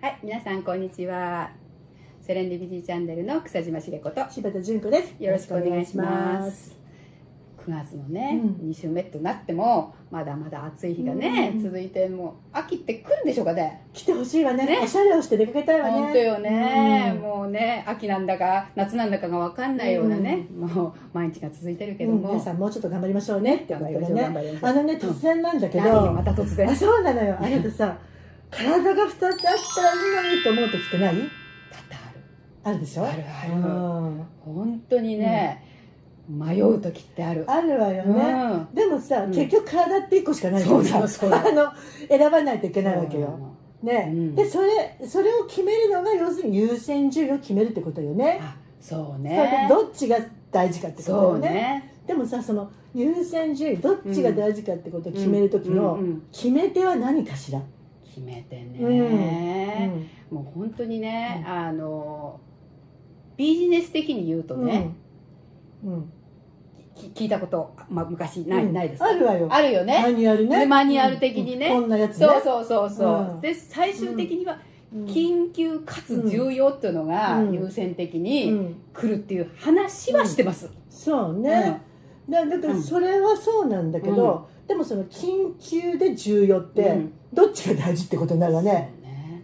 はい、皆さんこんにちは。セレンディビティチャンネルの草島茂子とよ柴田純子です。ろしくお願いします。9月のね、う2週目となってもまだまだ暑い日がね、うん続いてもう秋って来るんでしょうかね。来てほしいわねねおしゃれをして出かけたいわね。本当よね、うんもうね秋なんだか夏なんだかが分かんないようなね、もう毎日が続いてるけどうんも、皆さんもうちょっと頑張りましょうねって頑こ張とでりましょう頑ね。張りましょうあのね、突然なんだけど、何また突然あ、そうなのよ。あれとさ、体が2つあったらいいのにと思う時ってない多々あるあるでしょあるあるうん本当にね、迷う時ってあるあるわよね。うんでもさ、うん結局体って1個しかないそうさ、だそうだあの、選ばないといけないわけそうなよ。のね、うんで、それ、それを決めるのが、要するに優先順位を決めるってことよね。あそうそれねでどっちが大事かってことそようねでもさその優先順位どっちが大事かってことを決める時うんうのん決め手は何かしら、決めてうね、んもう本当にね、あのビジネス的に言うとね、うんうんき聞いたこと、まあ、昔ない,、うんないですかあるわよあるよねマニュアルねでマニュアル的にねうんこんなやつねそうそうそうそう、うんで最終的にはうん緊急かつ重要っていうのがうん優先的うにん来るっていう話はしてます、そううんね、だだからそれはそうなんだけど、でもその緊急で重要って、うんどっちが大事ってことになるわね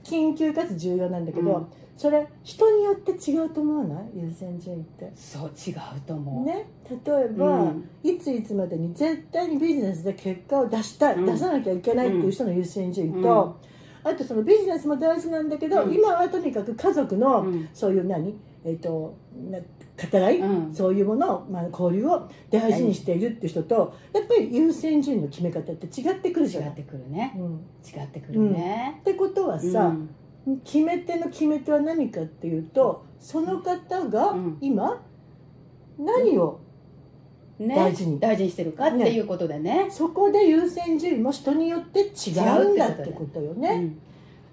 そうね緊急かつ重要なんだけど、うんそれ人によって違うと思わない優先順位ってそう違うと思う、ね例えば、うんいついつまでに絶対にビジネスで結果を出したい、うん出さなきゃいけないっていう人の優先順位と、あとそのビジネスも大事なんだけど、うん今はとにかく家族の、うんそういう何えっ、とな語らい、うんそういうものを、まあ、交流を大事にしているっていう人とやっぱり優先順位の決め方って違ってくるじ違ゃなっい、てくるねうん、っ違ってくるね、てことはさ、うん決め手の決め手は何かっていうとその方がうん今何を、ね、大事に大事にしてるかっていうことでねそこで優先順位も人によって違うんだってことよね。うん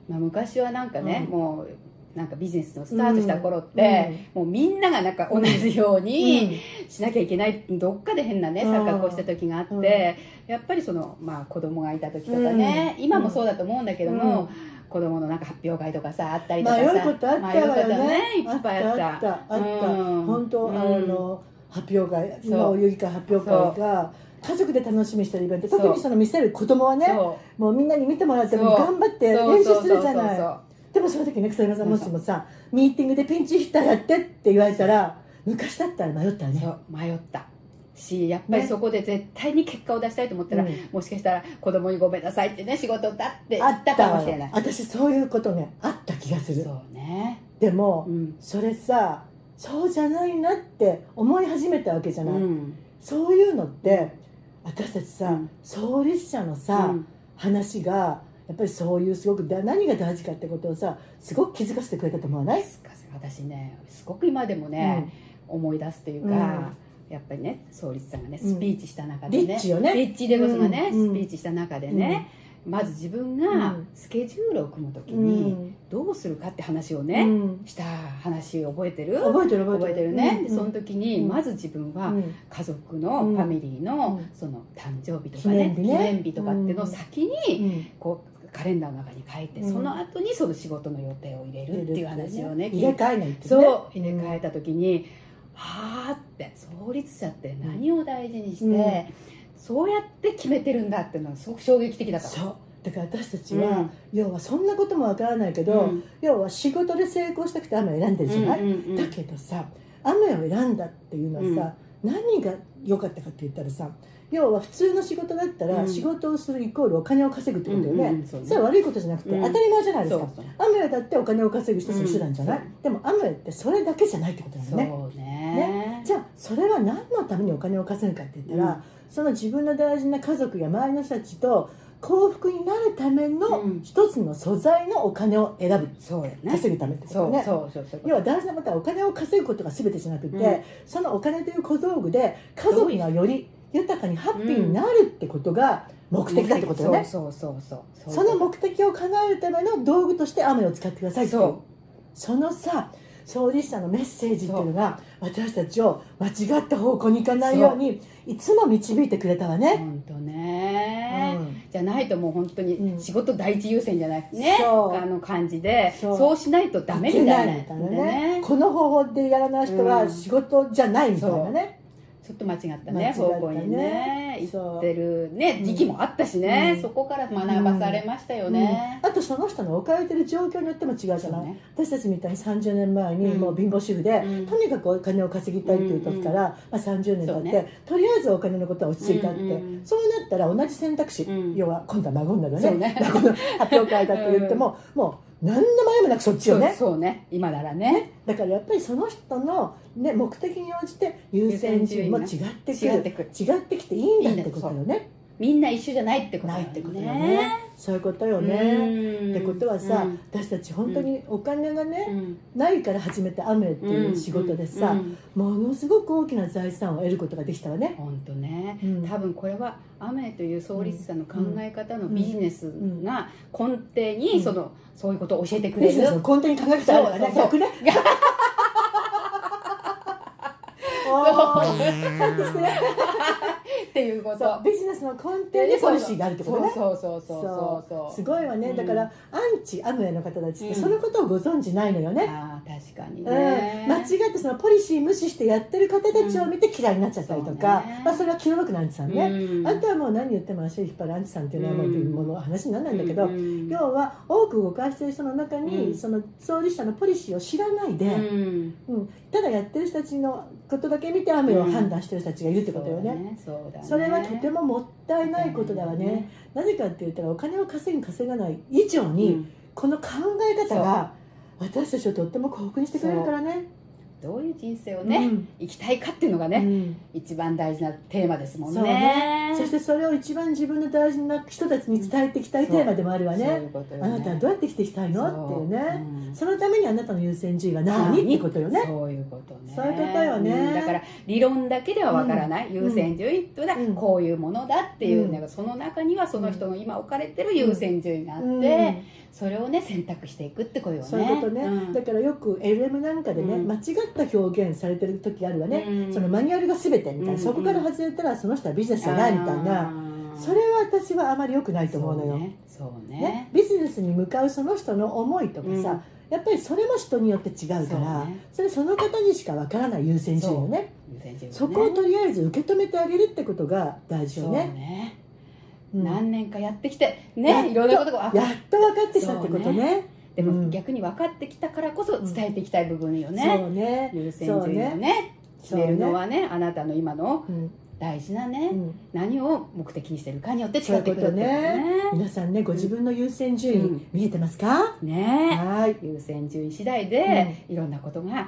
まあ、昔はなんかね、うんもうなんかビジネスのスタートした頃って、もうみんながなんか同じよううん、にしなきゃいけないどっかで変なねうん錯覚をした時があって、うんやっぱりその、まあ、子供がいた時とかね、うん今もそうだと思うんだけども、うん子供のなんか発表会とかさあったりとかさ迷うことあったわ迷よね,、うことねいっぱいあったあったあったあったうん本当、うんあの発表会そう今お遊戯会発表会が家族で楽しみにしてるイベントそう特にその見せる子供はねそもうみんなに見てもらってそうも頑張っうて練習するじゃそうそうそうそなういでもその時ね草山さんもしもさミーティングでピンチヒッターやってって言われたら昔だったら迷ったよそねう迷ったしやっぱりねそこで絶対に結果を出したいと思ったら、うんもしかしたら子供にごめんなさいってね仕事だって言ったかもしれないあったわよ私そういうことねあった気がするそうねでも、うん、それさそうじゃないなって思い始めたわけじゃうない、ん、そういうのって私たちさ、うん創立者のさ、うん話がやっぱりそういうすごくだ何が大事かってことをさすごく気づかせてくれたと思わない、すかせ私ねすごく今でもね、思い出すというか、やっぱりね創立さんがねうんスピーチした中うんでリね、ッチよねリッチでこそがね、うんスピーチした中でね、まず自分がうんスケジュールを組む時うにんどうするかって話をうね、んした話覚えてる覚えてる覚覚ええててるるね、うんでその時にうんまず自分はうん家族のうんファミリーのうんその誕生日とかね記念日ねとかっていうのを先うにんこうカレンダーの中に書いてうんその後にその仕事の予定を入れるっていう話をね入れ聞いて替えないってねそう入れ替えた時にはあって創立者って何を大事にしてそうやって決めてるんだっていうのはすごく衝撃的だったそうだから私たちうんは、要はそんなこともわからないけど、うん要は仕事で成功したくて雨を選んでるじゃない、うんうんうんだけどさ雨を選んだっていうのはさ、何が良かったかって言ったらさ要は普通の仕事だったうらん仕事をするイコールお金を稼ぐってことよね、うんうんそうねそれは悪いことじゃなくてうん当たり前じゃないでそすうか、雨だってお金を稼ぐ一つの手段じゃない、うんでも雨ってそれだけじゃないってことだそようねねじゃあそれは何のためにお金を稼ぐかって言ったら、その自分の大事な家族や周りの人たちと幸福になるためのうん一つの素材のお金を選ぶそうやね稼ぐためってことそうだよそねうそうそういうこと要は大事なことはお金を稼ぐことが全てじゃなくて、うんそのお金という小道具で家族がより豊かにハッピーになるってことが目的だってことよね、そうそうそうそうその目的を叶えるための道具として雨を使ってくださいっていうそそのさ創立者のメッセージっていうのが私たちを間違った方向に行かないようにいつも導いてくれたわね。本当うね、んじゃないともう本当うにん仕事第一優先じゃないね、そうあの感じでそそううしないとダメみたいなできないんみでたいなねねこの方法でやらない人はうん仕事じゃないみたいなね、ちょっと間違った間違ねったね方向にね行ってるねうん時期もあったしね、うんそこから学ばされましたよね。あとその人の置かれてる状況によっても違うじゃそうない、ね私たちみたいに30年前にうんもう貧乏主婦で、うんとにかくお金を稼ぎたいっていう時から、まあ、30年経そっうて、ねとりあえずお金のことは落ち着いたって、うんうんうんそうなったら同じ選択肢、うん要は今度は孫になるよそうねね孫の発表会だって言っても、もう何の迷いもなくそっちそようねそうね今ならねだからやっぱりその人の、ね、目的に応じて優先順位も違ってく違るってくる違ってきていいんだってことよねみんな一緒じゃないってことだないよってことよねね。そういうことよね、うんってことはさ、うん私たち本当にお金がね、うんないから始めた雨っていう仕事でさ、うんものすごく大きな財産を得ることができたわね、本当ねうん多分これは雨という創立者の考え方のビジネスが根底うんにそのそういうことを教えてくビれジネスるの根底に考え方あるからねそうそう逆ねおーそうですねっていうこそとう。ビジネスの根底にポリシーがあるってことねそうそうそうそうそうそうすごいわねだから、うアンチアムウェイの方たちってうんそのことをご存じないのよね、ああ確かうにんね、間違ってそのポリシー無視してやってる方たちを見て嫌いになっちゃったりとか、うんそうねまあ、それは気の毒なアンチさんね、うんあとはもう何言っても足を引っ張るアンチさんっていうのはもううん貧乏の話にならないんだけど、うん今日は多く誤解している人の中に、うんその創立者のポリシーを知らないで、うんうんただやってる人たちのことだけ見て雨を判断してる人たちがいるってことよね。そうだねそれはとてもももったいないことだわね、なぜかって言ったらお金を稼ぐ稼がない以上うに、んこの考え方が私たちをとっても幸福にしてくれるからね。どういう人生をね、生きたいかっていうのがうんね、一番大事なテーマですもんそうねうんそしてそれを一番自分の大事な人たちに伝えていきたいテーマでもあるわそういね。うことよねあなたはどうやって生きていきたいのっていうね。そのためにあなたの優先順位はそう何っうんてことよね。そういうことねそういうことよねうんだから理論だけではわからない、ん優先順位とはうんこういうものだっていう、うんなんかその中にはその人の今置かれてる優先順位があって、うんそれをね選択していくってことよねそういうことね、うんだからよく LM なんかでね、うん間違った表現されてる時あるわね、うんそのマニュアルが全てみたいな、うんそこから外れたらその人はビジネスじゃないみたいな、あーそれは私はあまり良くないと思うのよ、ねそうねビジネスに向かうその人の思いとかさ、うんやっぱりそれも人によって違うからそそうねれその方にしかわからない優先順位をねそうねそこをとりあえず受け止めてあげるってことが大事そうよねね、うん何年かやってきてやっとねいろんなことがあやっと分かってきたってことそうねでうんも逆に分かってきたからこそ伝えていきたい部分よそね、うね優先順位をね決めるのはねあなたの今のうん大事なね、うん何を目的にしてるかによって違ってくるってことね皆さんねご自分の優先順う位ん見えてますか、ねはい優先順位次第で、いろんなことが違っ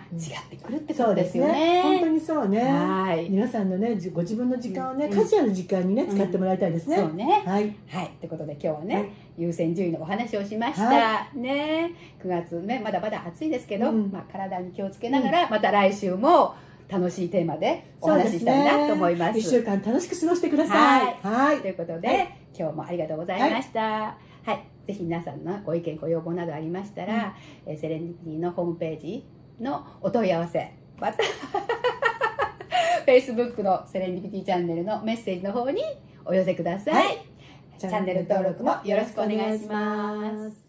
てくるってことですよ本ね,、当にそうねはい、皆さんのねじご自分の時間をね、うん家事ある時間にねうん使ってもらいたいですね、そうねはいはい、ということで今日はね、はい優先順位のお話をしました、はね9月ねまだまだ暑いですけど、うんまあ、体に気をつけながら、また来週も楽しいテーマでお話ししたいなと思いま一す週間楽しく過ごしてくださいはいということで、は今日もありがとうございましたはい、ぜひ皆さんのご意見ご要望などありましたら、えーセレンディピティのホームページのお問い合わせまた Facebook のセレンディピティチャンネルのメッセージの方にお寄せくださいはいチャンネル登録もよろしくお願いします。